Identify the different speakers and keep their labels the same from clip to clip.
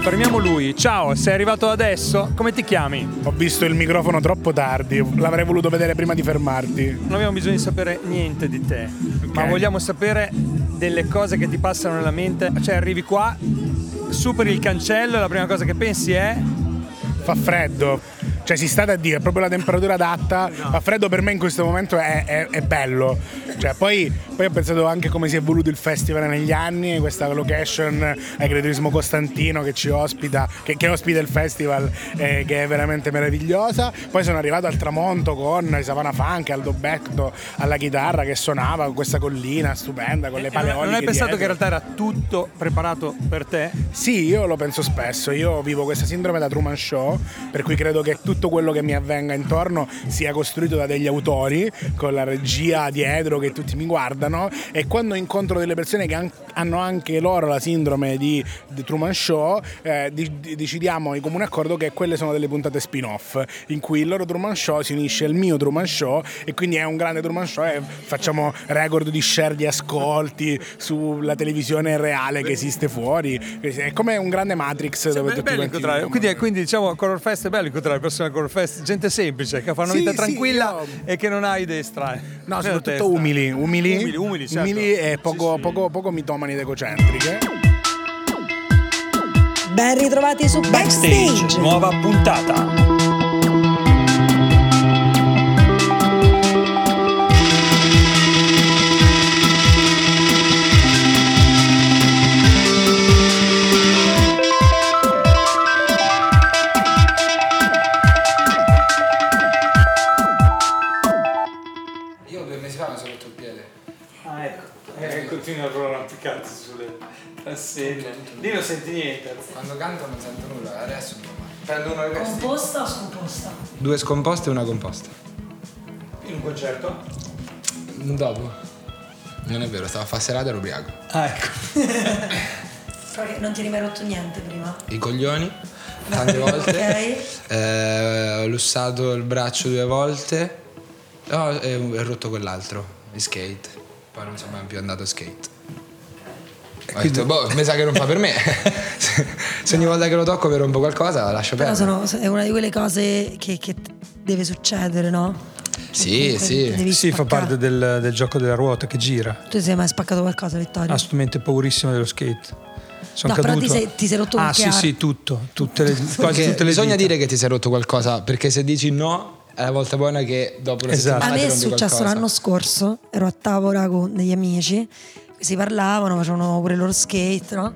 Speaker 1: fermiamo lui. Ciao, sei arrivato adesso? Come ti chiami?
Speaker 2: Ho visto il microfono troppo tardi, l'avrei voluto vedere prima di fermarti.
Speaker 1: Non abbiamo bisogno di sapere niente di te, ma vogliamo sapere delle cose che ti passano nella mente. Cioè, arrivi qua, superi il cancello e la prima cosa che pensi è...
Speaker 2: Fa freddo. Cioè si sta da dire, è proprio la temperatura adatta. Fa freddo per me in questo momento è, è- è bello. Cioè, poi, poi ho pensato anche come si è evoluto il festival negli anni, questa location agriturismo Costantino che ci ospita, che, che ospita il festival, eh, che è veramente meravigliosa. Poi sono arrivato al tramonto con Savana Funk, Aldo Becto alla chitarra che suonava con questa collina stupenda, con le
Speaker 1: E Eh, non-
Speaker 2: paleoliche.
Speaker 1: non hai pensato
Speaker 2: dietro.
Speaker 1: che in realtà era tutto preparato per te?
Speaker 2: Sì, io lo penso spesso, io vivo questa sindrome da Truman Show, per cui credo che tutto quello che mi avvenga intorno sia costruito da degli autori, con la regia dietro che tutti mi guardano e quando incontro delle persone che han- hanno anche loro la sindrome di, di Truman Show, eh, di- di- decidiamo in comune accordo che quelle sono delle puntate spin-off, in cui il loro Truman Show si unisce al mio Truman Show e quindi è un grande Truman Show e facciamo record di share di ascolti sulla televisione reale che esiste fuori. È come un grande Matrix dove
Speaker 1: Beh,
Speaker 2: Cioè, tutti
Speaker 1: bello
Speaker 2: quanti
Speaker 1: incontrare.
Speaker 2: vivono.
Speaker 1: Quindi, eh, quindi, diciamo Color Fest è bello incontrare persone al Color Fest, gente semplice che fa una
Speaker 2: Sì,
Speaker 1: vita
Speaker 2: sì,
Speaker 1: tranquilla
Speaker 2: io-
Speaker 1: e che non ha idee strane.
Speaker 2: No,
Speaker 1: Nella
Speaker 2: soprattutto
Speaker 1: Certo, testa.
Speaker 2: umili, umili,
Speaker 1: Umili, umili, certo.
Speaker 2: umili e poco,
Speaker 1: Sì, sì.
Speaker 2: poco, poco mitomani ed egocentriche.
Speaker 3: Ben ritrovati su
Speaker 1: Backstage,
Speaker 3: Backstage.
Speaker 1: nuova puntata.
Speaker 4: Io due mesi fa mi sono rotto il piede.
Speaker 1: Ah, ecco. Eh, continui a arrampicarsi sulle tasselle. Lì non senti niente.
Speaker 4: Quando canto non sento nulla, adesso non male. Prendo una resta.
Speaker 3: Composta o scomposta?
Speaker 4: Due scomposte e una composta.
Speaker 1: In un concerto?
Speaker 4: Dopo. Non è vero, stavo a fare serata ero ubriaco.
Speaker 1: Ah, ecco.
Speaker 3: Proprio non ti eri mai rotto niente prima.
Speaker 1: Eh.
Speaker 4: I coglioni, tante volte.
Speaker 3: Ok.
Speaker 4: Eh, ho lussato il braccio due volte. No, e ho rotto quell'altro, il skate. Poi non sono mai più andato a skate. Ho detto, boh, mi sa che non fa per me. se se ogni volta che lo tocco mi rompo qualcosa, lascio
Speaker 3: Però
Speaker 4: perdere.
Speaker 3: sono, è una di quelle cose che, che deve succedere, no?
Speaker 4: Sì,
Speaker 3: Comunque
Speaker 4: sì.
Speaker 3: devi
Speaker 1: Sì, fa
Speaker 3: spaccare.
Speaker 1: parte del, del gioco della ruota che gira.
Speaker 3: Tu ti sei mai spaccato qualcosa, Vittorio?
Speaker 1: Assolutamente paurissimo dello skate. Sono
Speaker 3: No, però
Speaker 1: Ah, caduto.
Speaker 3: ti sei- ti sei rotto
Speaker 1: Ah,
Speaker 3: qualche
Speaker 1: sì,
Speaker 3: ar-
Speaker 1: sì, tutto. Tutte le, quasi
Speaker 4: Perché
Speaker 1: tutte le
Speaker 4: bisogna
Speaker 1: dita.
Speaker 4: dire che ti sei rotto qualcosa, perché se dici no, è la volta buona che dopo una
Speaker 1: Esatto.
Speaker 4: settimana
Speaker 3: A
Speaker 4: ti
Speaker 3: me è
Speaker 4: rompi
Speaker 3: successo
Speaker 4: qualcosa.
Speaker 3: cioè, l'anno scorso, ero a tavola con degli amici, si parlavano, facevano pure il loro skate, no?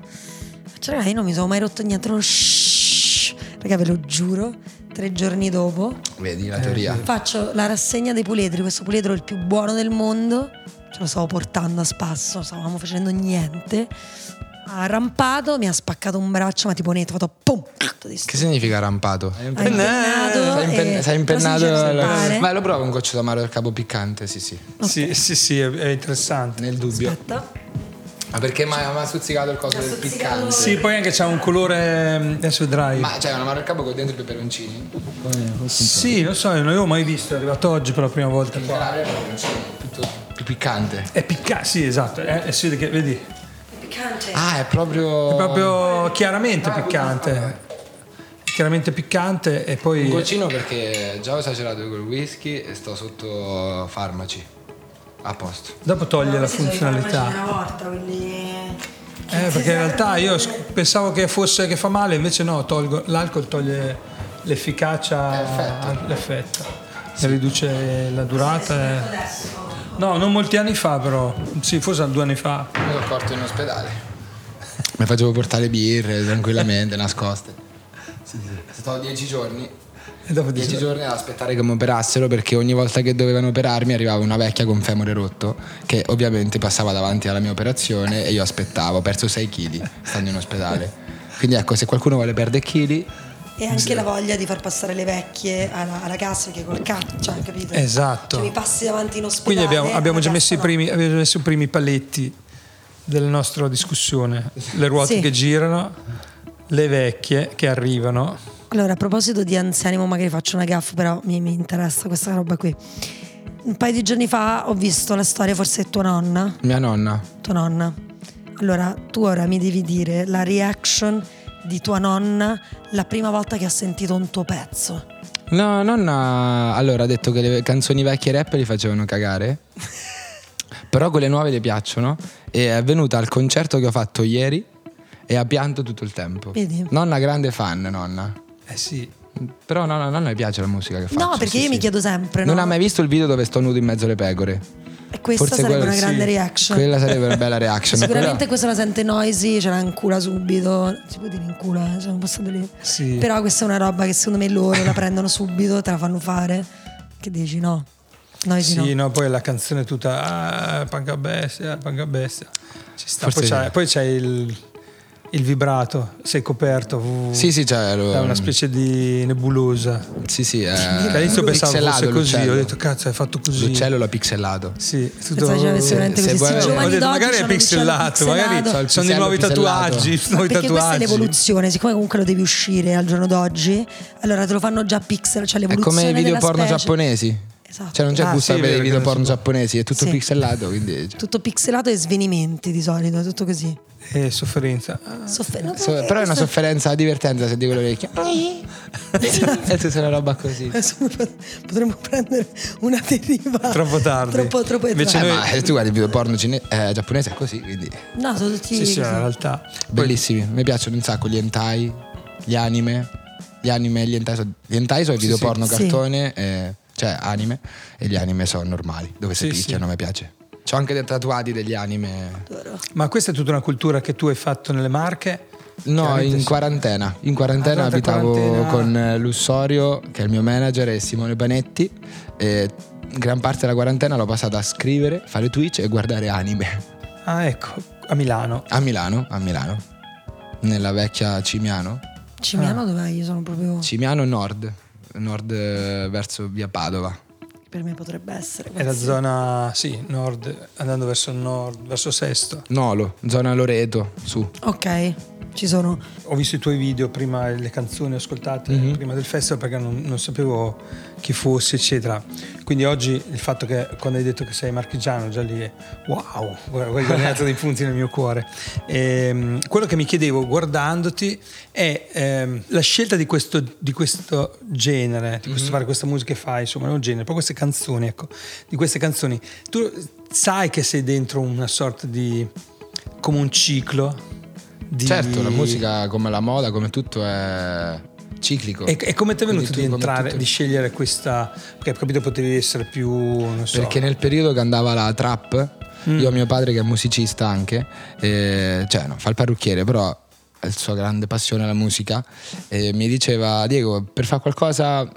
Speaker 3: Faccio, "Raga, io non mi sono mai rotto niente, no, shh, raga ve lo giuro, tre giorni dopo
Speaker 4: Vedi
Speaker 1: Eh,
Speaker 4: la teoria.
Speaker 3: faccio la rassegna dei puledri, questo puledro è il più buono del mondo, ce lo stavo portando a spasso, non stavamo facendo niente, ha arrampato, mi ha spaccato un braccio, ma tipo netto, ho fatto pum, tutto di
Speaker 4: Che
Speaker 3: sto-
Speaker 4: significa rampato?
Speaker 3: Ha impennato,
Speaker 4: Sei, impen-
Speaker 3: e-
Speaker 4: sei
Speaker 3: però si
Speaker 4: impennato.
Speaker 3: Eh, dice rampare.
Speaker 4: Ma lo provo un goccio d'amaro del capo piccante, sì, sì.
Speaker 1: Sì, sì, sì, è, è interessante.
Speaker 4: Nel dubbio.
Speaker 3: Aspetta.
Speaker 4: Ma perché mi ha mi ha stuzzicato il coso
Speaker 3: Ha
Speaker 4: del
Speaker 3: stuzzicato-
Speaker 4: piccante?
Speaker 1: Sì, poi anche c'ha un colore. mm, Adesso vedrai.
Speaker 4: Ma c'è un amaro del capo con dentro i peperoncini?
Speaker 1: Sì, lo so, non l'avevo mai visto, è arrivato oggi per la prima volta
Speaker 4: In
Speaker 1: qua.
Speaker 4: Calabria il peperoncino è tutto più piccante.
Speaker 1: È piccante, sì, esatto, è, è- si vede che, vedi,
Speaker 3: Piccante.
Speaker 4: Ah, è proprio.
Speaker 1: è proprio chiaramente piccante. Chiaramente piccante e
Speaker 4: Un
Speaker 1: poi...
Speaker 4: goccino perché già ho esagerato col whisky e sto sotto farmaci. A posto.
Speaker 1: Dopo toglie la
Speaker 3: Una
Speaker 1: funzionalità.
Speaker 3: volta, quindi...
Speaker 1: Eh, perché in realtà io sc- pensavo che fosse che fa male, invece no, tolgo- l'alcol toglie l'efficacia,
Speaker 4: L'effetto.
Speaker 1: l'effetto. E riduce la durata. e-
Speaker 3: Adesso.
Speaker 1: No, non molti anni fa però, sì, forse due anni fa.
Speaker 4: Mi sono accorto in ospedale. Mi facevo portare birre tranquillamente, nascoste. Stavo dieci giorni.
Speaker 1: E dopo dice-
Speaker 4: Dieci giorni ad aspettare che mi operassero perché ogni volta che dovevano operarmi arrivava una vecchia con femore rotto che ovviamente passava davanti alla mia operazione e io aspettavo, ho perso 6 kg stando in ospedale. Quindi ecco, se qualcuno vuole perdere chili,
Speaker 3: E anche la voglia di far passare le vecchie alla, alla cassa perché col cazzo, cioè, capito?
Speaker 1: Esatto.
Speaker 3: Cioè, mi passi davanti in ospedale.
Speaker 1: Quindi abbiamo, abbiamo già
Speaker 3: la
Speaker 1: messo i
Speaker 3: cassa
Speaker 1: primi, abbiamo messo i primi paletti della nostra discussione. Le ruote
Speaker 3: Sì.
Speaker 1: che girano, le vecchie che arrivano.
Speaker 3: no. Allora, a proposito di anziani, mo magari faccio una gaffa, però mi, mi interessa questa roba qui. Un paio di giorni fa ho visto la storia, forse è tua nonna.
Speaker 4: mia nonna.
Speaker 3: Tua nonna. Allora, tu ora mi devi dire la reaction di tua nonna la prima volta che ha sentito un tuo pezzo?
Speaker 4: No, nonna. Allora ha detto che le canzoni vecchie rap le facevano cagare. però quelle nuove le piacciono. E è venuta al concerto che ho fatto ieri e ha pianto tutto il tempo.
Speaker 3: Vedi?
Speaker 4: Nonna, grande fan, nonna. Eh sì. Però no, no, nonna le piace la musica che fa.
Speaker 3: no, perché io mi chiedo sempre, no?
Speaker 4: Non ha mai visto il video dove sto nudo in mezzo alle pecore.
Speaker 3: E Questa
Speaker 4: Forse
Speaker 3: sarebbe
Speaker 4: quella-
Speaker 3: una grande
Speaker 4: sì,
Speaker 3: reaction.
Speaker 4: Quella sarebbe una bella reaction.
Speaker 3: Sicuramente
Speaker 4: Però-
Speaker 3: questa la sente Noisy, ce l'ha in cula subito. Si può dire in cula, eh? cioè, non posso dire.
Speaker 5: Sì.
Speaker 3: Però questa è una roba che secondo me loro la prendono subito, te la fanno fare. Che dici no? Noisy
Speaker 5: Sì,
Speaker 3: no.
Speaker 5: no, poi la canzone è tutta ah, panca bestia, panca bestia. Ci sta. Poi
Speaker 4: Forse-
Speaker 5: c'è, poi c'è il, il vibrato, sei coperto uh,
Speaker 4: Sì, Mm. sì, c'è.
Speaker 5: da una specie Cioè, di nebulosa.
Speaker 4: Sì, sì. È...
Speaker 5: Che all'inizio pensavo
Speaker 4: pixelato
Speaker 5: fosse così,
Speaker 4: l'uccello.
Speaker 5: ho detto cazzo, hai fatto così.
Speaker 4: L'uccello l'ha pixelato.
Speaker 5: Sì, è tutto... Eh,
Speaker 3: Pensavo ci avesse cioè, veramente
Speaker 4: se
Speaker 3: così.
Speaker 4: vuoi-
Speaker 3: Sì,
Speaker 4: Ho
Speaker 3: giovani
Speaker 5: Ho detto,
Speaker 3: d'oggi
Speaker 5: magari è
Speaker 3: c'hanno l'uccello
Speaker 5: pixelato, magari
Speaker 3: pixelato.
Speaker 4: C'ho il
Speaker 5: sono dei
Speaker 4: pixello
Speaker 5: nuovi
Speaker 4: pixelato.
Speaker 5: tatuaggi.
Speaker 3: Ma
Speaker 5: Nuovi
Speaker 3: perché questa è
Speaker 5: tatuaggi.
Speaker 3: l'evoluzione, siccome comunque lo devi uscire al giorno d'oggi, allora te lo fanno già pixel, cioè
Speaker 4: È
Speaker 3: l'evoluzione
Speaker 4: come i video
Speaker 3: della
Speaker 4: porno
Speaker 3: specie.
Speaker 4: giapponesi.
Speaker 3: Esatto.
Speaker 4: Cioè, non c'è
Speaker 5: Ah,
Speaker 4: gusto a
Speaker 5: sì,
Speaker 4: vedere i
Speaker 5: vero
Speaker 4: video
Speaker 5: che non si
Speaker 4: porno
Speaker 5: può.
Speaker 4: giapponesi, è tutto
Speaker 3: Sì.
Speaker 4: pixelato. Quindi. cioè.
Speaker 3: Tutto pixelato e svenimenti di solito, è tutto così.
Speaker 5: E Eh, sofferenza. Ah,
Speaker 3: Soffer- no,
Speaker 4: So- però è una
Speaker 3: questo-
Speaker 4: sofferenza divertente se dico l'orecchio. e tutta una roba così.
Speaker 3: Adesso potremmo prendere una deriva.
Speaker 5: Troppo tardi.
Speaker 3: Troppo, troppo
Speaker 5: Invece
Speaker 3: tardi.
Speaker 4: Eh,
Speaker 5: noi-
Speaker 4: ma eh, tu guardi il video porno cine- eh, giapponese, è così, quindi.
Speaker 3: No, sono tutti.
Speaker 5: Sì, sì,
Speaker 3: così.
Speaker 5: in realtà.
Speaker 4: Bellissimi. Mi piacciono un sacco gli hentai, gli anime. Gli anime e gli hentai sono, gli hentai sono i video
Speaker 5: sì.
Speaker 4: porno
Speaker 3: Sì.
Speaker 4: cartone, eh, cioè anime, e gli anime sono normali, dove si
Speaker 5: Sì, sì.
Speaker 4: picchiano, mi piace. C'ho anche dei tatuati degli anime.
Speaker 5: Ma questa è tutta una cultura che tu hai fatto nelle Marche?
Speaker 4: No,
Speaker 5: Chiaramente
Speaker 4: in
Speaker 5: sì.
Speaker 4: quarantena. In quarantena
Speaker 5: Ah, durante
Speaker 4: abitavo
Speaker 5: quarantena.
Speaker 4: con eh, Lussorio, che è il mio manager, e Simone Panetti. E gran parte della quarantena l'ho passata a scrivere, fare Twitch e guardare anime.
Speaker 5: Ah, ecco, a Milano.
Speaker 4: A Milano, a Milano. Nella vecchia Cimiano.
Speaker 3: Cimiano
Speaker 5: Ah.
Speaker 3: dove io sono proprio.
Speaker 4: Cimiano Nord. Nord eh, verso via Padova.
Speaker 3: per me potrebbe essere.
Speaker 5: È la zona, sì, nord, andando verso il nord, verso Sesto.
Speaker 4: Nolo, zona Loreto, su.
Speaker 3: Ok, ci sono.
Speaker 5: Ho visto i tuoi video prima, le canzoni ascoltate
Speaker 4: Mhm.
Speaker 5: prima del festival perché non, non sapevo chi fossi, eccetera. Quindi oggi il fatto che quando hai detto che sei marchigiano, già lì è wow, guarda, hai guadagnato dei punti nel mio cuore. Ehm, quello che mi chiedevo guardandoti è ehm, la scelta di questo, di questo genere, di
Speaker 4: Mhm.
Speaker 5: questo fare questa musica che fai, insomma, non genere, poi queste canzoni, ecco, di queste canzoni. Tu sai che sei dentro una sorta di... come un ciclo. Di...
Speaker 4: Certo, la musica come la moda, come tutto è ciclico.
Speaker 5: E, e come ti è venuto
Speaker 4: Quindi tu come
Speaker 5: di entrare,
Speaker 4: tutto-
Speaker 5: di scegliere questa? Perché ho capito potevi essere più, non so.
Speaker 4: Perché nel periodo che andava la trap,
Speaker 5: Mm.
Speaker 4: io ho mio padre che è musicista anche, eh, cioè no, fa il parrucchiere, però ha la sua grande passione alla musica, e mi diceva, Diego, per fare qualcosa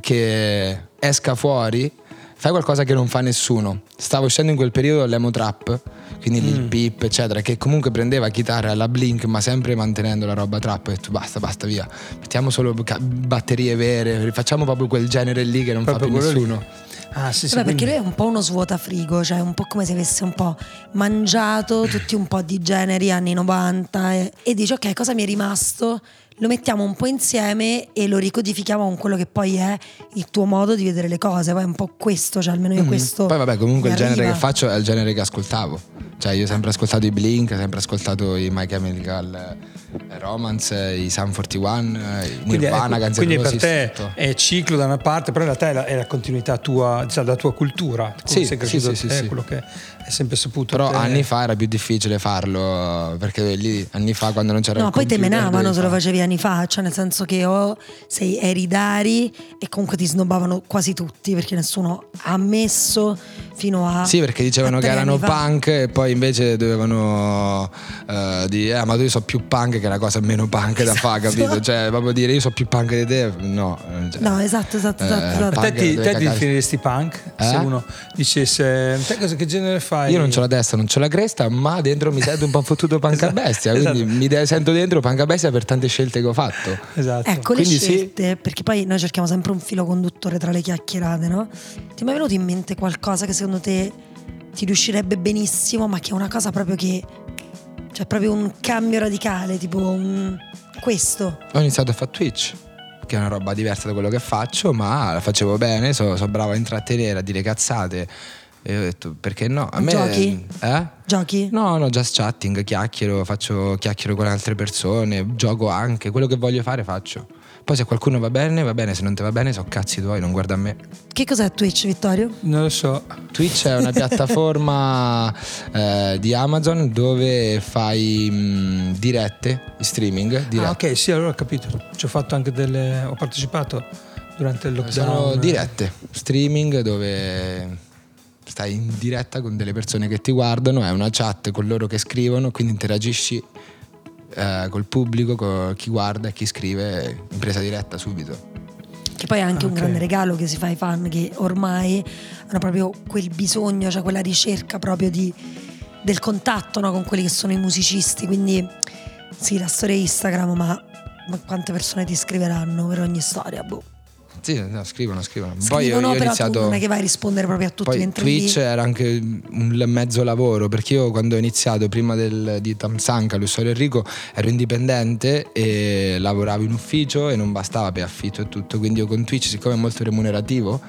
Speaker 4: che esca fuori, fai qualcosa che non fa nessuno. Stavo uscendo in quel periodo l'emo trap, quindi il
Speaker 5: Mm.
Speaker 4: Pip, eccetera, che comunque prendeva chitarra alla Blink, ma sempre mantenendo la roba trap, e detto basta, basta, via. Mettiamo solo ca- batterie vere, facciamo proprio quel genere lì che non
Speaker 5: Proprio
Speaker 4: fa più
Speaker 5: quello lì.
Speaker 4: nessuno.
Speaker 5: Ah, sì, sì.
Speaker 3: Vabbè, perché
Speaker 5: quindi-
Speaker 3: lui è un po' uno svuotafrigo, cioè un po' come se avesse un po' mangiato tutti un po' di generi anni 90 e, e dice ok cosa mi è rimasto, lo mettiamo un po' insieme e lo ricodifichiamo con quello che poi è il tuo modo di vedere le cose, poi è un po' questo, cioè almeno io
Speaker 5: Mm-hmm.
Speaker 3: questo...
Speaker 4: Mm. Poi vabbè, comunque
Speaker 3: mi
Speaker 4: il genere
Speaker 3: arriva.
Speaker 4: che faccio è il genere che ascoltavo. Cioè, io ho sempre ascoltato i Blink, ho sempre ascoltato i My Chemical eh, Romance, eh, i Sun 41, eh, i
Speaker 5: quindi,
Speaker 4: Nirvana,
Speaker 5: ecco,
Speaker 4: Guns N'
Speaker 5: quindi per
Speaker 4: Roses,
Speaker 5: te
Speaker 4: tutto.
Speaker 5: è ciclo da una parte, però in realtà è la, è la continuità tua, cioè la tua cultura. come
Speaker 4: Sì,
Speaker 5: sei
Speaker 4: sì,
Speaker 5: cresciuto
Speaker 4: sì, sì,
Speaker 5: te,
Speaker 4: sì.
Speaker 5: quello che hai sempre saputo.
Speaker 4: Però
Speaker 5: te.
Speaker 4: anni fa era più difficile farlo, eh, perché lì anni fa quando non c'era
Speaker 3: No,
Speaker 4: il
Speaker 3: poi te
Speaker 4: computer,
Speaker 3: menavano
Speaker 4: dovevi
Speaker 3: se lo
Speaker 4: fare.
Speaker 3: facevi anni fa, cioè nel senso che o sei, eri dari e comunque ti snobbavano quasi tutti perché nessuno ha ammesso fino a...
Speaker 4: Sì, perché dicevano
Speaker 3: a
Speaker 4: che
Speaker 3: tre
Speaker 4: erano
Speaker 3: anni fa.
Speaker 4: punk e poi invece dovevano eh, dire, ah, ma io so più punk che è la cosa meno punk da fare,
Speaker 3: Esatto.
Speaker 4: capito? Cioè, proprio dire io so più punk di te, no. eh, cioè.
Speaker 3: No, esatto, esatto, esatto.
Speaker 4: Eh,
Speaker 3: esatto.
Speaker 5: Te,
Speaker 4: punk
Speaker 5: ti,
Speaker 4: deve
Speaker 5: te ti
Speaker 4: cagare.
Speaker 5: definiresti punk?
Speaker 4: Eh?
Speaker 5: Se uno dicesse, te cosa, che genere fai?
Speaker 4: Io non ho la testa, non ho la cresta, ma dentro mi sento un po' fottuto panca bestia, quindi mi de- sento dentro panca bestia per tante scelte che ho fatto.
Speaker 5: Esatto.
Speaker 3: Ecco
Speaker 4: Quindi
Speaker 3: le
Speaker 4: sì.
Speaker 3: scelte, perché poi noi cerchiamo sempre un filo conduttore tra le chiacchierate, no? Ti è mai venuto in mente qualcosa che secondo te ti riuscirebbe benissimo, ma che è una cosa proprio che... Cioè proprio un cambio radicale, tipo un... questo.
Speaker 4: Ho iniziato a fare Twitch, che è una roba diversa da quello che faccio, ma la facevo bene, sono bravo a intrattenere, a dire cazzate. E ho detto, perché no? A me,
Speaker 3: Giochi?
Speaker 4: Eh?
Speaker 3: Giochi?
Speaker 4: No, no, just chatting, chiacchiero, faccio chiacchiero con altre persone, gioco anche, quello che voglio fare faccio. Poi se a qualcuno va bene, va bene, se non ti va bene, so cazzi tuoi, non guarda a me.
Speaker 3: Che cos'è Twitch, Vittorio?
Speaker 5: Non lo so.
Speaker 4: Twitch è una piattaforma eh, di Amazon dove fai mh, dirette, streaming, dirette.
Speaker 5: Ah, ok, sì, allora ho capito. Ci ho fatto anche delle. ho partecipato durante il lockdown.
Speaker 4: Sono dirette, streaming dove stai in diretta con delle persone che ti guardano, è una chat con loro che scrivono, quindi interagisci eh, col pubblico, con chi guarda e chi scrive in presa diretta subito.
Speaker 3: Che poi è anche un
Speaker 5: Ok.
Speaker 3: grande regalo che si fa ai fan che ormai hanno proprio quel bisogno, cioè quella ricerca proprio di- del contatto no, con quelli che sono i musicisti. Quindi sì, la storia è Instagram, ma, ma quante persone ti scriveranno per ogni storia? Boh.
Speaker 4: Sì, no, scrivono, scrivono. Poi io,
Speaker 3: Scrivono,
Speaker 4: io
Speaker 3: però
Speaker 4: ho
Speaker 3: tu
Speaker 4: iniziato...
Speaker 3: non è che vai a rispondere proprio a tutti
Speaker 4: Poi
Speaker 3: mentre
Speaker 4: Twitch
Speaker 3: lì.
Speaker 4: era anche un l- mezzo lavoro perché io quando ho iniziato prima del- di Tamsanka, Lussorio Enrico ero indipendente e lavoravo in ufficio e non bastava per affitto e tutto quindi io con Twitch siccome è molto remunerativo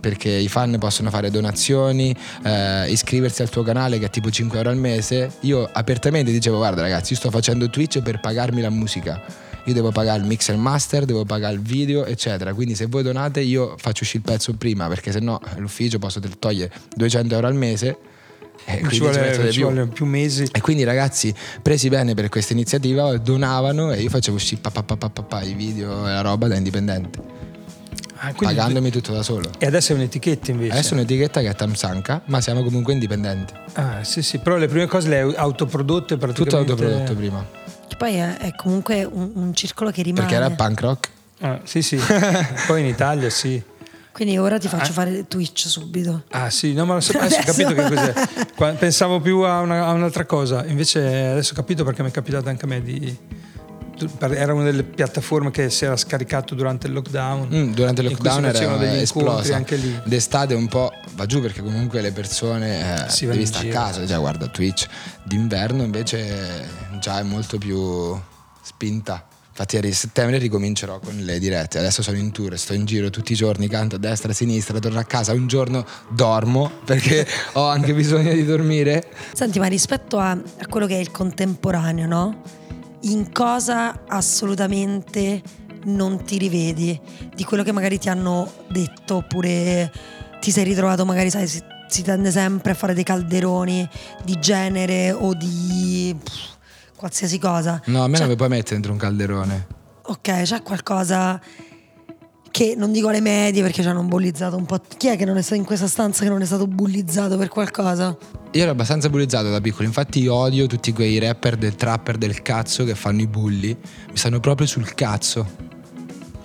Speaker 4: perché i fan possono fare donazioni, eh, iscriversi al tuo canale che è tipo 5 euro al mese. Io apertamente dicevo: Guarda ragazzi, io sto facendo Twitch per pagarmi la musica. Io devo pagare il mix e il master, devo pagare il video, eccetera. Quindi se voi donate, io faccio uscire il pezzo prima perché se no l'ufficio posso te- togliere 200 euro al mese. E
Speaker 5: Ci
Speaker 4: quindi smetto
Speaker 5: vuole,
Speaker 4: di
Speaker 5: ci
Speaker 4: più.
Speaker 5: vuole più mesi.
Speaker 4: E quindi i ragazzi presi bene per questa iniziativa donavano e io facevo uscire pa, pa, pa, pa, pa, pa, i video e la roba da indipendente,
Speaker 5: Ah, quindi-
Speaker 4: pagandomi tutto da solo.
Speaker 5: E adesso è un'etichetta invece.
Speaker 4: Adesso è un'etichetta che è Tamsanka, ma siamo comunque indipendenti.
Speaker 5: Ah, sì, sì, però le prime cose le hai autoprodotte praticamente.
Speaker 4: Tutto autoprodotto prima.
Speaker 3: Che poi è, è comunque un, un circolo che rimane.
Speaker 4: Perché era punk rock.
Speaker 5: Ah, sì, sì. Poi in Italia, sì.
Speaker 3: Quindi ora ti
Speaker 4: Ah.
Speaker 3: faccio fare Twitch subito.
Speaker 5: Ah, sì, no, ma lo so- adesso ho
Speaker 3: Adesso.
Speaker 5: capito che cos'è. Qua- Pensavo più a, una- a un'altra cosa, invece adesso ho capito perché mi è capitato anche a me di. per- Era una delle piattaforme che si era scaricato durante il lockdown.
Speaker 4: Mm, durante il
Speaker 5: in cui si
Speaker 4: lockdown
Speaker 5: facevano
Speaker 4: era
Speaker 5: degli incontri
Speaker 4: esplosa.
Speaker 5: anche lì.
Speaker 4: D'estate un po' va giù perché comunque le persone eh,
Speaker 5: Si vanno
Speaker 4: devi
Speaker 5: in
Speaker 4: stare a
Speaker 5: giro.
Speaker 4: casa, già guarda Twitch. D'inverno invece già è molto più spinta. Infatti a settembre ricomincerò con le dirette. Adesso sono in tour, sto in giro tutti i giorni, canto a destra, a sinistra, torno a casa. Un giorno dormo perché ho anche bisogno di dormire.
Speaker 3: Senti, ma rispetto a, a quello che è il contemporaneo, no? In cosa assolutamente non ti rivedi? Di quello che magari ti hanno detto oppure ti sei ritrovato magari, sai, si, si tende sempre a fare dei calderoni di genere o di pff, qualsiasi cosa.
Speaker 4: No, a me
Speaker 3: Cioè,
Speaker 4: non mi puoi mettere dentro un calderone.
Speaker 3: Ok, c'è qualcosa che non dico alle medie perché ci hanno bullizzato un po'. Chi è che non è stato in questa stanza che non è stato bullizzato per qualcosa?
Speaker 4: Io ero abbastanza bullizzato da piccolo, infatti io odio tutti quei rapper del trapper del cazzo che fanno i bulli. Mi stanno proprio sul cazzo.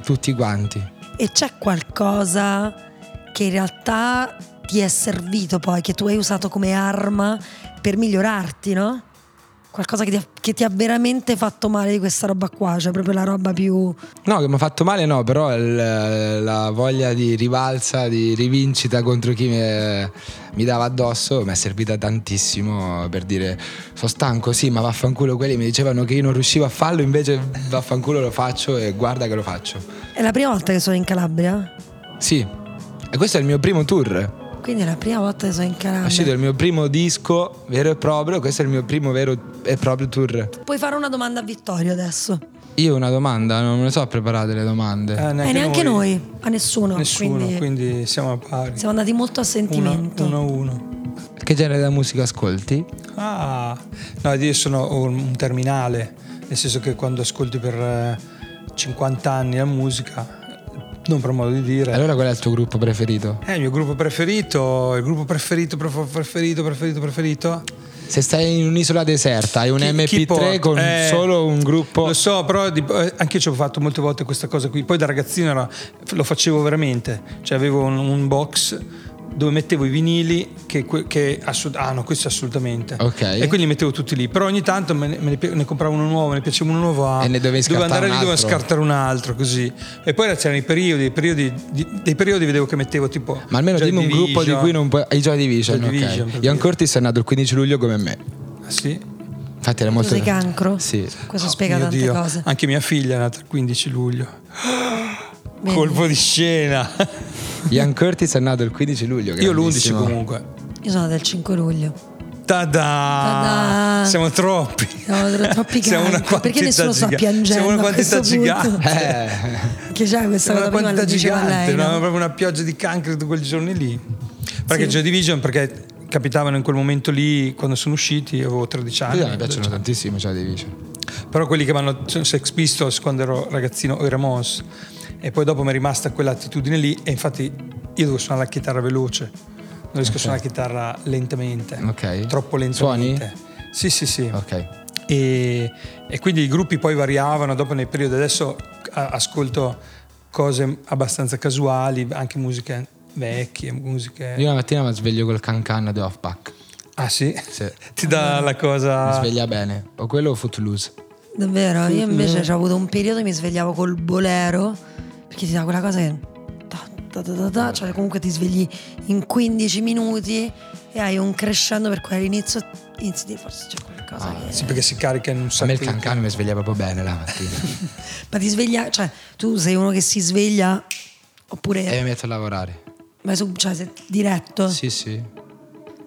Speaker 4: Tutti quanti.
Speaker 3: E c'è qualcosa che in realtà ti è servito poi, che tu hai usato come arma per migliorarti, no? Qualcosa che ti, ha, che ti ha veramente fatto male di questa roba qua, cioè proprio la roba più...
Speaker 4: No, che mi ha fatto male no, però il- la voglia di rivalsa, di rivincita contro chi mi, mi dava addosso mi è servita tantissimo per dire sono stanco, sì, ma vaffanculo quelli mi dicevano che io non riuscivo a farlo, invece vaffanculo lo faccio e guarda che lo faccio.
Speaker 3: È la prima volta che sono in Calabria,
Speaker 4: Sì, e questo è il mio primo tour.
Speaker 3: quindi è la prima volta che sono in
Speaker 4: È
Speaker 5: Ah,
Speaker 4: uscito
Speaker 3: Calabria.
Speaker 4: il mio primo disco vero e proprio, questo è il mio primo vero e proprio tour.
Speaker 3: Puoi fare una domanda a Vittorio adesso.
Speaker 4: Io una domanda, non me ne so preparate le domande.
Speaker 5: Ah,
Speaker 3: E Eh, neanche noi, a nessuno.
Speaker 5: Nessuno,
Speaker 3: quindi
Speaker 5: quindi... siamo a pari.
Speaker 3: siamo andati molto a
Speaker 5: uno,
Speaker 3: sentimento.
Speaker 5: uno a uno.
Speaker 4: Che genere di musica ascolti?
Speaker 5: Ah, no, io sono un un terminale, nel senso che quando ascolti per eh, 50 anni la musica, non per modo di dire.
Speaker 4: Allora qual è il tuo gruppo preferito?
Speaker 5: Eh, il mio gruppo preferito, il gruppo preferito, pref- preferito, preferito, preferito.
Speaker 4: Se stai in un'isola deserta, hai un
Speaker 5: Chi- chi
Speaker 4: MP3
Speaker 5: porta?
Speaker 4: con
Speaker 5: Eh,
Speaker 4: solo un gruppo.
Speaker 5: Lo so, però di- eh, anche io ci ho fatto molte volte questa cosa qui. Poi da ragazzino era- lo facevo veramente. Cioè avevo un, un box dove mettevo i vinili che, que- che assu- ah no, questo assolutamente.
Speaker 4: Ok.
Speaker 5: E quindi li mettevo tutti lì. Però ogni tanto me ne, me ne pi- ne compravo uno nuovo, me ne piaceva uno nuovo. ah,
Speaker 4: E ne dovevi
Speaker 5: dovevo
Speaker 4: scartare
Speaker 5: andare
Speaker 4: un
Speaker 5: lì, dovevo
Speaker 4: altro.
Speaker 5: scartare un altro, così. E poi c'erano i periodi, i periodi, di- dei periodi vedevo che mettevo tipo...
Speaker 4: Ma almeno
Speaker 5: Joy
Speaker 4: dimmi un gruppo di
Speaker 5: Division.
Speaker 4: cui non puoi... I Joy Division,
Speaker 5: Joy Division,
Speaker 4: ok.
Speaker 5: per
Speaker 4: Ian
Speaker 5: dire.
Speaker 4: Curtis è nato il 15 luglio come me.
Speaker 5: Ah, Sì.
Speaker 4: Infatti era
Speaker 3: Tu
Speaker 4: molto...
Speaker 3: sei cancro?
Speaker 4: Sì.
Speaker 3: Questo
Speaker 5: Oh,
Speaker 3: spiega
Speaker 5: mio
Speaker 3: tante
Speaker 5: Dio,
Speaker 3: cose.
Speaker 5: Anche mia figlia è nata il 15 luglio.
Speaker 3: Vedi?
Speaker 5: Colpo di scena.
Speaker 4: Ian Curtis è nato il 15 luglio.
Speaker 5: Io l'11
Speaker 4: grandissimo.
Speaker 5: comunque.
Speaker 3: Io sono del 5 luglio.
Speaker 5: Tada!
Speaker 3: Ta-da!
Speaker 5: Siamo troppi.
Speaker 3: Siamo tro- troppi
Speaker 5: Siamo una
Speaker 3: grandi. Perché
Speaker 5: quantità
Speaker 3: nessuno sta
Speaker 5: giga-
Speaker 3: piangendo
Speaker 5: Siamo una
Speaker 3: a
Speaker 5: quantità
Speaker 3: questo punto?
Speaker 5: gigante.
Speaker 4: Eh,
Speaker 3: Che già questa cosa
Speaker 5: Era una
Speaker 3: prima lo
Speaker 5: quantità
Speaker 3: diceva
Speaker 5: gigante,
Speaker 3: lei.
Speaker 5: no?
Speaker 3: no?
Speaker 5: proprio una pioggia di cancro quel giorno lì. Perché
Speaker 3: Sì.
Speaker 5: Joy Division, perché capitavano in quel momento lì, quando sono usciti, io avevo 13 anni.
Speaker 4: mi piacciono tantissimo Joy Division.
Speaker 5: Però quelli che vanno sono Sex Pistols quando ero ragazzino o i Ramones e poi dopo mi è rimasta quell'attitudine lì e infatti io devo suonare la chitarra veloce, non riesco a suonare la chitarra lentamente,
Speaker 4: Ok.
Speaker 5: troppo lentamente. Sì, sì, sì.
Speaker 4: Ok.
Speaker 5: E, e quindi i gruppi poi variavano dopo nei periodi. Adesso a- ascolto cose abbastanza casuali, anche musiche vecchie, musiche...
Speaker 4: Io una mattina mi sveglio col cancan di Offpack.
Speaker 5: Ah sì?
Speaker 4: Sì.
Speaker 5: Ti dà la
Speaker 3: Ah.
Speaker 4: Mi
Speaker 5: cosa...
Speaker 4: sveglia bene. O quello o Footloose.
Speaker 3: Davvero, io invece ho avuto un periodo mi svegliavo col bolero perché ti dà quella cosa che ta, ta, ta, ta, ta, cioè comunque ti svegli in 15 minuti e hai un crescendo per cui all'inizio inizi di forse c'è qualcosa che...
Speaker 5: Sì, perché si carica in un
Speaker 4: A
Speaker 5: sacco
Speaker 4: me il
Speaker 5: di-
Speaker 4: cancan mi sveglia proprio bene la mattina.
Speaker 3: Ma ti sveglia, cioè tu sei uno che si sveglia oppure
Speaker 4: e mi metto a lavorare.
Speaker 3: vai su, cioè se- diretto,
Speaker 4: Eh. Sì, sì.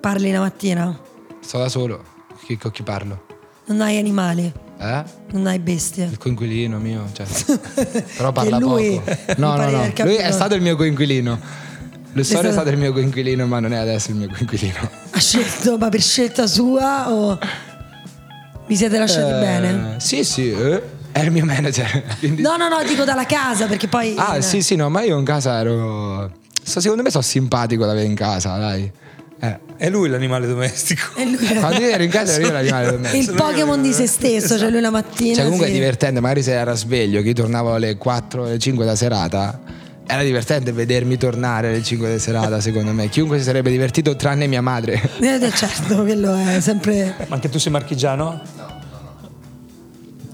Speaker 3: parli la mattina,
Speaker 4: Sto da solo. Chi- con chi parlo?
Speaker 3: non hai animali,
Speaker 4: Eh?
Speaker 3: non hai bestie.
Speaker 4: Il coinquilino mio. Cioè. Però
Speaker 3: Che
Speaker 4: parla
Speaker 3: lui-
Speaker 4: poco.
Speaker 3: mi pare
Speaker 4: No, no,
Speaker 3: di
Speaker 4: no.
Speaker 3: aver
Speaker 4: Lui
Speaker 3: capito.
Speaker 4: è stato il mio coinquilino. Lo storia
Speaker 3: stato-
Speaker 4: è stato il mio coinquilino, ma non è adesso il mio coinquilino.
Speaker 3: Ha scelto, ma per scelta sua o vi siete lasciati
Speaker 4: Eh,
Speaker 3: Cioè, bene?
Speaker 4: Sì, sì, eh, è il mio manager. quindi-
Speaker 3: No, no, no, dico dalla casa perché poi...
Speaker 4: Ah,
Speaker 3: eh,
Speaker 4: sì, sì, no, ma io in casa ero. so- secondo me sono simpatico da avere in casa, dai. Eh.
Speaker 5: È lui l'animale domestico.
Speaker 3: E lui era
Speaker 4: Quando io ero in casa ero io l'animale domestico.
Speaker 3: il Pokémon di se stesso, cioè lui la mattina.
Speaker 4: Cioè, comunque
Speaker 3: sì.
Speaker 4: è divertente, magari se era sveglio, che io tornavo alle 4, alle 5 da serata. Era divertente vedermi tornare alle 5 di serata, secondo me. Chiunque si sarebbe divertito, tranne mia madre.
Speaker 3: Eh, beh, certo, quello è sempre.
Speaker 5: Ma anche tu sei marchigiano? No, no, no.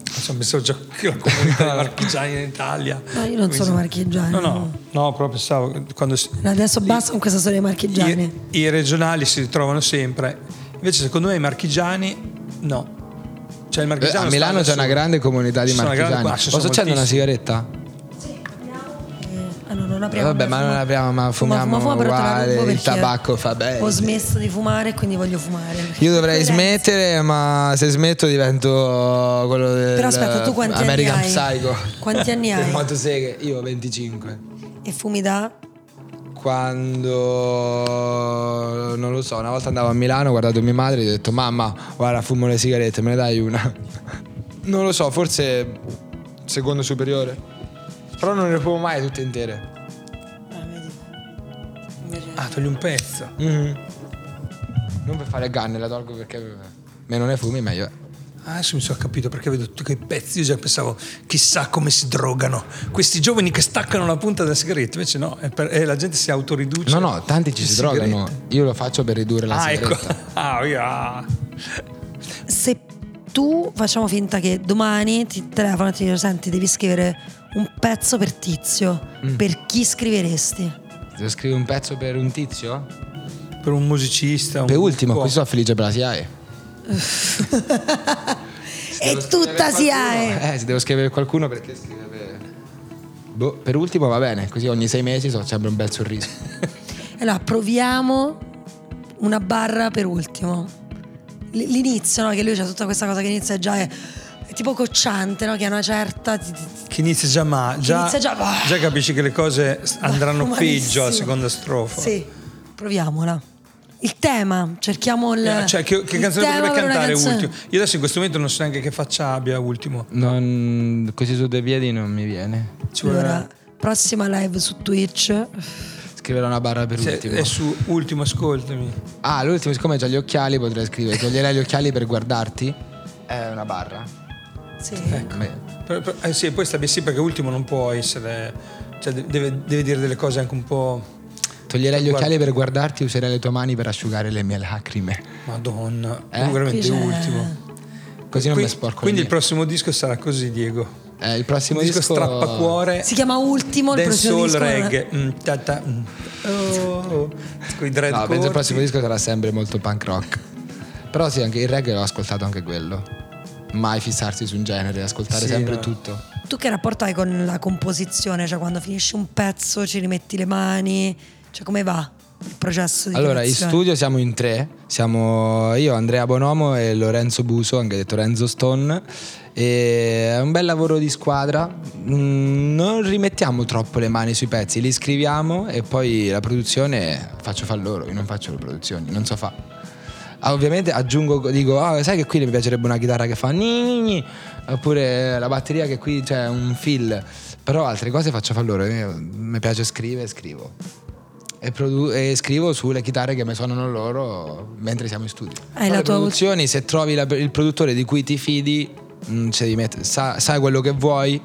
Speaker 5: Insomma, pensavo già che la comunità dei marchigiani in Italia.
Speaker 3: No, io non sono marchigiano.
Speaker 5: No, no, no, proprio pensavo quando si-
Speaker 3: Adesso basta con questa storia dei
Speaker 5: i,
Speaker 3: marchigiani.
Speaker 5: i regionali si ritrovano sempre. Invece, secondo me, i marchigiani no. Cioè, il
Speaker 4: Eh,
Speaker 5: marchigiano
Speaker 4: a
Speaker 5: sta
Speaker 4: Milano
Speaker 5: da
Speaker 4: c'è una
Speaker 5: solo.
Speaker 4: grande comunità di
Speaker 5: Ci sono una grande-
Speaker 4: marchigiani.
Speaker 5: ah, ci
Speaker 4: Posso
Speaker 5: sono
Speaker 4: accendere una
Speaker 5: moltissimi.
Speaker 4: sigaretta?
Speaker 3: Ah, no, non apriamo.
Speaker 4: Eh, Vabbè,
Speaker 3: non
Speaker 4: ma non
Speaker 3: fumo.
Speaker 4: apriamo, ma
Speaker 3: Fuma-
Speaker 4: fumiamo
Speaker 3: fuma, però te la
Speaker 4: uguale,
Speaker 3: rubo
Speaker 4: il
Speaker 3: perché
Speaker 4: tabacco fa bene.
Speaker 3: Ho smesso di fumare, quindi voglio fumare.
Speaker 4: Io dovrei smettere, ma se smetto divento quello del
Speaker 3: Però aspetta, tu quanti
Speaker 4: American
Speaker 3: anni hai?
Speaker 4: Psycho.
Speaker 3: Quanti anni
Speaker 4: Del
Speaker 3: hai?
Speaker 4: motoseghe. Io ho 25.
Speaker 3: E fumi da?
Speaker 4: Quando non lo so, una volta andavo a Milano, ho guardato mia madre e gli ho detto: Mamma, guarda, fumo le sigarette, me ne dai una? Non lo so, forse secondo superiore. Però non le fumo mai tutte intere.
Speaker 3: Ah, vedi. Invece-
Speaker 5: Ah, togli un pezzo.
Speaker 3: Mm-hmm.
Speaker 4: Non per fare ganne, la tolgo perché meno ne fumi, meglio. è.
Speaker 5: Ah, Adesso mi sono capito perché vedo tutti quei pezzi. Io già pensavo, chissà come si drogano questi giovani che staccano la punta della sigaretta. Invece no, è per- eh, la gente si autoriduce.
Speaker 4: No, no, tanti Cioè, ci
Speaker 5: Le
Speaker 4: si
Speaker 5: sigarette.
Speaker 4: drogano. Io lo faccio per ridurre la
Speaker 5: Ah, ecco.
Speaker 4: sigaretta.
Speaker 5: Ah, io- ah.
Speaker 3: se tu facciamo finta che domani ti telefono e ti dicono senti devi scrivere un pezzo per tizio
Speaker 5: Mm.
Speaker 3: per chi scriveresti
Speaker 4: Devo scrivere un pezzo per un tizio?
Speaker 5: Per un musicista. un
Speaker 4: Per ultimo,
Speaker 5: uomo.
Speaker 4: qui sono felice per la SIAE.
Speaker 3: e tutta si è
Speaker 4: Eh, se devo scrivere qualcuno perché scrivere... Boh, per ultimo va bene, così ogni sei mesi so, sempre un bel sorriso.
Speaker 3: allora proviamo una barra per ultimo L- l'inizio no? che lui c'ha tutta questa cosa che inizia già è, è tipo cocciante no? che ha una certa ti- ti- ti-
Speaker 5: Che inizia già ma già,
Speaker 3: inizia già- boh.
Speaker 5: già capisci che le cose s- andranno
Speaker 3: umanissimo.
Speaker 5: peggio alla seconda strofa.
Speaker 3: sì proviamola il tema cerchiamo il
Speaker 5: Eh, Cioè, che, che
Speaker 3: il
Speaker 5: canzone
Speaker 3: tema
Speaker 5: potrebbe
Speaker 3: per una
Speaker 5: cantare
Speaker 3: canzone.
Speaker 5: ultimo? Io adesso in questo momento non so neanche che faccia abbia ultimo.
Speaker 4: Non, così su due piedi non mi viene.
Speaker 5: Ci vuole-
Speaker 3: allora prossima live su Twitch
Speaker 4: Scriverò una barra per
Speaker 5: cioè,
Speaker 4: ultimo.
Speaker 5: è su ultimo, ascoltami.
Speaker 4: Ah, l'ultimo, siccome già gli occhiali potrei scrivere, toglierai gli occhiali per guardarti. È Eh, una barra.
Speaker 3: sì
Speaker 4: Eh. Me-
Speaker 5: Però- però- eh, sì, poi sta sì, perché ultimo non può essere. Cioè, de- deve, deve dire delle cose anche un po'.
Speaker 4: Toglierai gli occhiali per guardarti, userai le tue mani per asciugare le mie lacrime.
Speaker 5: Madonna,
Speaker 4: Eh?
Speaker 5: tu veramente
Speaker 3: Qui c'è-
Speaker 5: ultimo.
Speaker 4: Così non
Speaker 5: Qui-
Speaker 4: mi sporco. le
Speaker 5: quindi il
Speaker 4: mie.
Speaker 5: prossimo disco sarà così, Diego.
Speaker 4: Eh, il prossimo
Speaker 5: Il disco, strappacuore.
Speaker 3: Si chiama Ultimo il eh.
Speaker 5: Dance
Speaker 3: prossimo
Speaker 5: Soul
Speaker 3: disco.
Speaker 5: Reggae. Mm, ta, ta, mm. Oh, con i dread
Speaker 4: No, penso il
Speaker 5: corti.
Speaker 4: prossimo disco sarà sempre molto punk rock. Però sì, anche il reggae l'ho ascoltato anche quello. Mai fissarsi su un genere, ascoltare
Speaker 5: Sì,
Speaker 4: sempre
Speaker 5: no.
Speaker 4: tutto.
Speaker 3: Tu che rapporto hai con la composizione? Cioè quando finisci un pezzo ci rimetti le mani? Cioè come va? il processo di
Speaker 4: Allora, in
Speaker 3: creazione?
Speaker 4: studio siamo in tre. Siamo io, Andrea Bonomo e Lorenzo Buso, anche detto Renzo Stone. E è un bel lavoro di squadra. Mm, Non rimettiamo troppo le mani sui pezzi, li scriviamo e poi la produzione faccio fa loro. Io non faccio le produzioni, non so fa. Ah, ovviamente aggiungo, dico, "Ah, sai che qui mi piacerebbe una chitarra che fa gni gni gni", oppure la batteria che qui c'è un fill, però altre cose faccio fa loro. Io- Mi piace scrivere, scrivo e, produ- e scrivo sulle chitarre che mi suonano loro mentre siamo in studio.
Speaker 3: Hai
Speaker 4: Poi
Speaker 3: la
Speaker 4: le
Speaker 3: tua voce-
Speaker 4: produzioni, se trovi la- il produttore di cui ti fidi, mm, ci devi mettere- sa, sai quello che vuoi,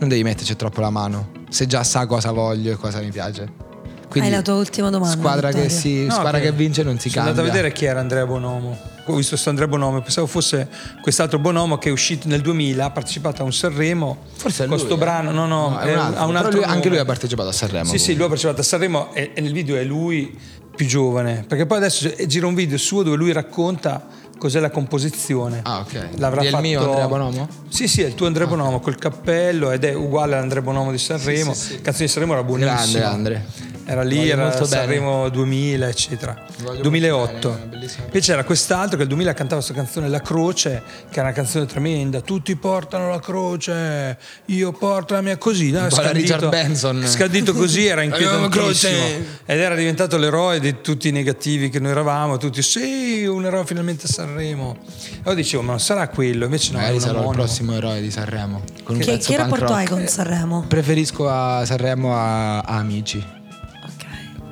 Speaker 4: non devi metterci troppo la mano, se già sa cosa voglio e cosa mi piace. Quindi,
Speaker 3: Hai la tua ultima domanda,
Speaker 4: Squadra, che,
Speaker 3: Vittorio.
Speaker 4: si-
Speaker 5: No,
Speaker 4: squadra che vince non si
Speaker 5: sono
Speaker 4: cambia.
Speaker 5: andato a vedere chi era Andrea Bonomo. Ho visto sto Andrea Bonomo, pensavo fosse quest'altro Bonomo che è uscito nel 2000, ha partecipato a un Sanremo.
Speaker 4: Forse è
Speaker 5: con
Speaker 4: lui,
Speaker 5: sto
Speaker 4: eh.
Speaker 5: brano, no, no,
Speaker 4: No, è
Speaker 5: eh,
Speaker 4: un altro,
Speaker 5: ha un
Speaker 4: però
Speaker 5: altro
Speaker 4: lui- anche
Speaker 5: nome.
Speaker 4: lui ha partecipato a Sanremo,
Speaker 5: Sì, sì,
Speaker 4: comunque.
Speaker 5: lui ha partecipato a Sanremo e, e nel video è lui più giovane, perché poi adesso eh, gira un video suo dove lui racconta cos'è la composizione.
Speaker 4: Ah, ok.
Speaker 5: L'avrà
Speaker 4: Di il
Speaker 5: fatto
Speaker 4: mio Andrea Bonomo? Ah,
Speaker 5: Sì, sì, è il tuo Andrea Bonomo col cappello ed è uguale all'Andrea Bonomo di Sanremo.
Speaker 4: sì, sì.
Speaker 5: Canzone di Sanremo era
Speaker 4: Grande,
Speaker 5: buonissima.
Speaker 4: Andre.
Speaker 5: Era lì,
Speaker 4: Voglio
Speaker 5: era
Speaker 4: molto bene.
Speaker 5: Sanremo 2000, eccetera.
Speaker 4: Voglio
Speaker 5: 2008.
Speaker 4: molto bene, una bellissima
Speaker 5: Invece era quest'altro che nel 2000 cantava questa canzone La Croce, che è una canzone tremenda. Tutti portano la croce, io porto la mia così. no,
Speaker 4: Un po' alla Richard Benson.
Speaker 5: Scandito così era inquietantissimo.
Speaker 4: croce.
Speaker 5: Ed era diventato l'eroe di tutti i negativi che noi eravamo. Tutti, sì, un eroe finalmente a Sanremo. E io dicevo, ma non sarà quello. Invece no, è
Speaker 4: Magari
Speaker 5: un
Speaker 4: sarò Eh, il
Speaker 5: omonimo.
Speaker 4: prossimo eroe di Sanremo. Con un
Speaker 3: Che,
Speaker 4: pezzo
Speaker 3: che
Speaker 4: punk
Speaker 3: rapporto hai
Speaker 4: rock. Eh.
Speaker 3: con Sanremo?
Speaker 4: Preferisco a Sanremo a, a Amici.
Speaker 3: Ok.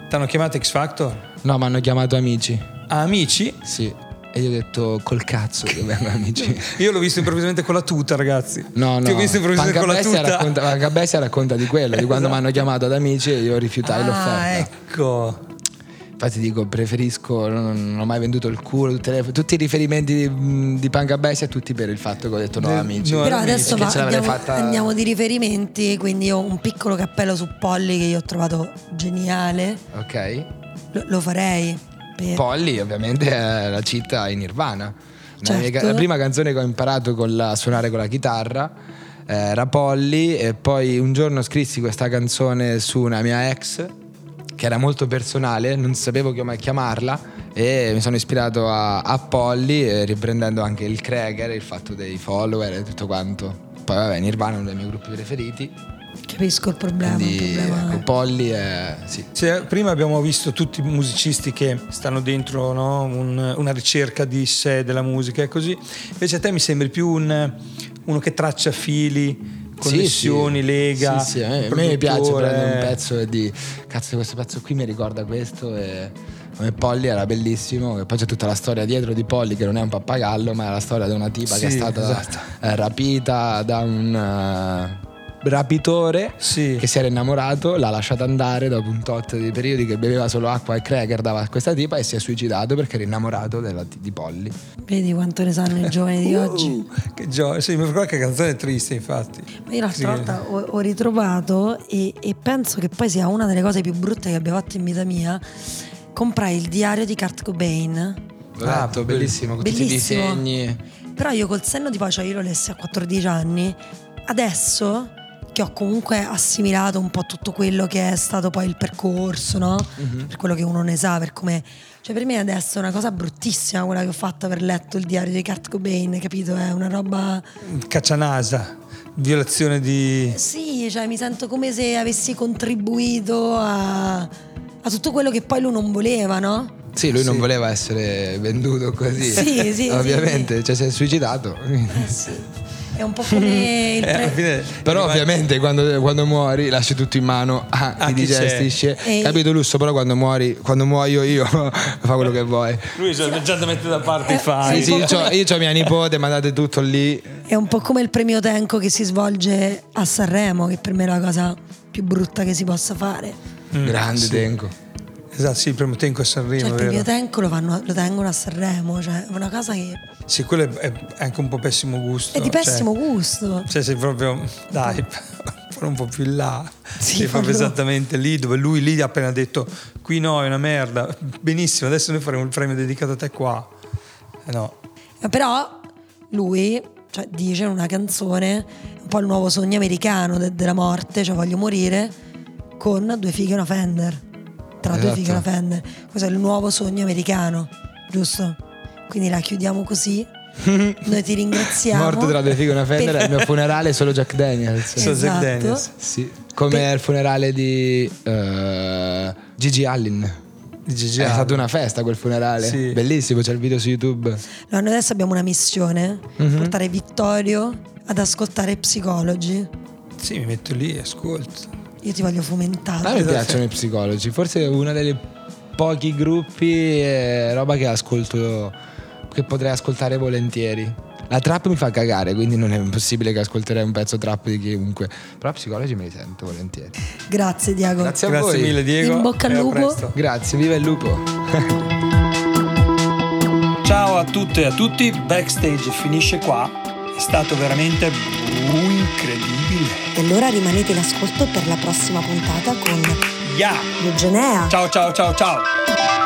Speaker 5: Ti hanno chiamato X Factor?
Speaker 4: No, mi hanno chiamato Amici.
Speaker 5: Ah, amici?
Speaker 4: Sì. E io ho detto col cazzo che vengo Amici.
Speaker 5: Io l'ho visto improvvisamente con la tuta, ragazzi.
Speaker 4: No, no.
Speaker 5: Ti ho visto improvvisamente con la
Speaker 4: Pancabessia
Speaker 5: tuta. Esatto.
Speaker 4: racconta, Pancabessia racconta di quello, di quando mi hanno chiamato ad Amici e io rifiutai l'offerta.
Speaker 5: Ah, ecco.
Speaker 4: Infatti dico, preferisco, non, non ho mai venduto il culo, tutte le- tutti i riferimenti di, mh, di Pancabessia, tutti per il fatto che ho detto no
Speaker 5: Del-
Speaker 4: Amici.
Speaker 5: no,
Speaker 3: Però
Speaker 5: Amici,
Speaker 3: adesso
Speaker 4: che
Speaker 3: va-
Speaker 4: ce l'avrei
Speaker 3: andiamo,
Speaker 4: fatta-
Speaker 3: andiamo di riferimenti, quindi ho un piccolo cappello su Polly che io ho trovato geniale,
Speaker 4: Ok.
Speaker 3: lo, lo farei. per-
Speaker 4: Polly ovviamente è la città in Nirvana. La mia
Speaker 3: Certo.
Speaker 4: ca- La prima canzone che ho imparato con la- a suonare con la chitarra eh, era Polly e poi un giorno scrissi questa canzone su una mia ex che era molto personale, non sapevo come chiamarla e mi sono ispirato a, a Polly eh, riprendendo anche il cracker, il fatto dei follower e tutto quanto. Poi vabbè, Nirvana è uno dei miei gruppi preferiti,
Speaker 3: Capisco il problema. il
Speaker 4: quindi
Speaker 3: problema-
Speaker 4: ecco, Polly è... sì.
Speaker 5: Se eh, prima abbiamo visto tutti i musicisti che stanno dentro no, un- una ricerca di sé, della musica e così, invece a te mi sembri più un- uno che traccia fili,
Speaker 4: Sì,
Speaker 5: connessioni,
Speaker 4: sì.
Speaker 5: lega.
Speaker 4: Sì, sì, a me, a me piace
Speaker 5: produttore.
Speaker 4: prendere un pezzo e di cazzo, questo pezzo qui mi ricorda questo. E come Polly era bellissimo. E poi c'è tutta la storia dietro di Polly, che non è un pappagallo, ma è la storia di una tipa che è
Speaker 5: Sì,
Speaker 4: stata
Speaker 5: esatto.
Speaker 4: eh, rapita da un. eh, Rapitore
Speaker 5: Sì.
Speaker 4: che si era innamorato, l'ha lasciata andare dopo un tot di periodi che beveva solo acqua e cracker dava a questa tipa e si è suicidato perché era innamorato della- di Polly.
Speaker 3: Vedi quanto ne sanno i giovani di oggi.
Speaker 5: Uh, che gioia, sì, mi ricordo che canzone è triste infatti.
Speaker 3: Ma Io l'altra
Speaker 5: Sì. Ah,
Speaker 3: volta ho, ho ritrovato e, e penso che poi sia una delle cose più brutte che abbia fatto in vita mia. Comprai il diario di Kurt Cobain.
Speaker 5: Ah,
Speaker 4: Esatto, bellissimo, con tutti i
Speaker 3: Bellissimo.
Speaker 4: disegni.
Speaker 3: Però io col senno di poi, cioè io l'ho lessi a 14 anni, adesso che ho comunque assimilato un po' tutto quello che è stato poi il percorso, no?
Speaker 4: Mhm.
Speaker 3: Per quello che uno ne sa, per come... Cioè per me adesso è una cosa bruttissima quella che ho fatto aver letto il diario di Kurt Cobain, capito? È una roba...
Speaker 5: Caccianasa, violazione di...
Speaker 3: Sì, cioè mi sento come se avessi contribuito a, a tutto quello che poi lui non voleva, no?
Speaker 4: Sì, lui non voleva essere venduto così.
Speaker 3: Sì, sì,
Speaker 4: Ovviamente, cioè si è suicidato.
Speaker 3: Eh sì. È un po' come il
Speaker 5: Eh, alla
Speaker 3: pre-
Speaker 5: fine
Speaker 4: Però
Speaker 5: rimane-
Speaker 4: ovviamente quando, quando muori lasci tutto in mano a
Speaker 5: A
Speaker 4: chi
Speaker 5: chi
Speaker 4: ti
Speaker 5: c'è.
Speaker 4: gestisce.
Speaker 3: E-
Speaker 4: Capito Lusso, però quando muori, quando muoio io fa quello che vuoi.
Speaker 5: Lui già, già da mettere da parte i fan.
Speaker 4: Sì, cioè, sì, io c'ho, io c'ho mia nipote, mandate tutto lì.
Speaker 3: È un po' come il premio Tenco che si svolge a Sanremo, che per me è la cosa più brutta che si possa fare.
Speaker 5: Mm.
Speaker 4: Grande Tenco.
Speaker 5: Esatto, sì, il primo tempo a
Speaker 3: Cioè,
Speaker 5: Sanremo,
Speaker 3: il
Speaker 5: vero?
Speaker 3: premio Tenco lo, fanno- lo tengono a Sanremo, cioè è una cosa che
Speaker 5: Sì, quello è- è anche un po' pessimo gusto.
Speaker 3: è di
Speaker 5: cioè-
Speaker 3: pessimo gusto.
Speaker 5: Cioè, sei proprio dai, fare un po' più in là.
Speaker 3: Sì,
Speaker 5: sei proprio
Speaker 3: farlo.
Speaker 5: esattamente lì dove lui lì ha appena detto qui no, è una merda. Benissimo, adesso noi faremo il premio dedicato a te qua. Eh no.
Speaker 3: Eh, Però lui cioè, dice in una canzone un po' il nuovo sogno americano de- della morte, cioè voglio morire con due fighe e una Fender. tra due fighe e una
Speaker 4: Esatto.
Speaker 3: Fender. Questo è il nuovo sogno americano, giusto? Quindi la chiudiamo così. Noi ti ringraziamo.
Speaker 4: Morto tra due fighe e una Fender,
Speaker 3: Per-
Speaker 4: al mio funerale è solo Jack Daniels.
Speaker 5: Sono Jack
Speaker 3: Esatto.
Speaker 5: Daniels.
Speaker 4: Sì, come al funerale di eh, Gigi Allin.
Speaker 5: Di Gigi
Speaker 4: È
Speaker 5: Allen.
Speaker 4: stata una festa quel funerale.
Speaker 5: Sì.
Speaker 4: Bellissimo, c'è il video su YouTube.
Speaker 3: No, noi adesso abbiamo una missione:
Speaker 4: Mhm.
Speaker 3: portare Vittorio ad ascoltare psicologi.
Speaker 5: Sì, mi metto lì e ascolto.
Speaker 3: Io ti voglio fomentare.
Speaker 4: A me
Speaker 5: Esatto.
Speaker 4: piacciono i psicologi, forse è uno dei pochi gruppi e roba che ascolto che potrei ascoltare volentieri. La trap mi fa cagare, quindi non è impossibile che ascolterei un pezzo trap di chiunque. Però psicologi me li sento volentieri.
Speaker 3: Grazie, Diago.
Speaker 4: Grazie a
Speaker 5: Grazie
Speaker 4: voi.
Speaker 5: mille Diego.
Speaker 3: In bocca al
Speaker 5: e a
Speaker 3: lupo.
Speaker 5: presto.
Speaker 4: Grazie, viva il lupo.
Speaker 5: Ciao a tutte e a tutti, Backstage finisce qua. È stato veramente incredibile.
Speaker 1: E allora rimanete in ascolto per la prossima puntata con
Speaker 5: Ya!
Speaker 1: Eugenea.
Speaker 5: Ciao ciao ciao ciao!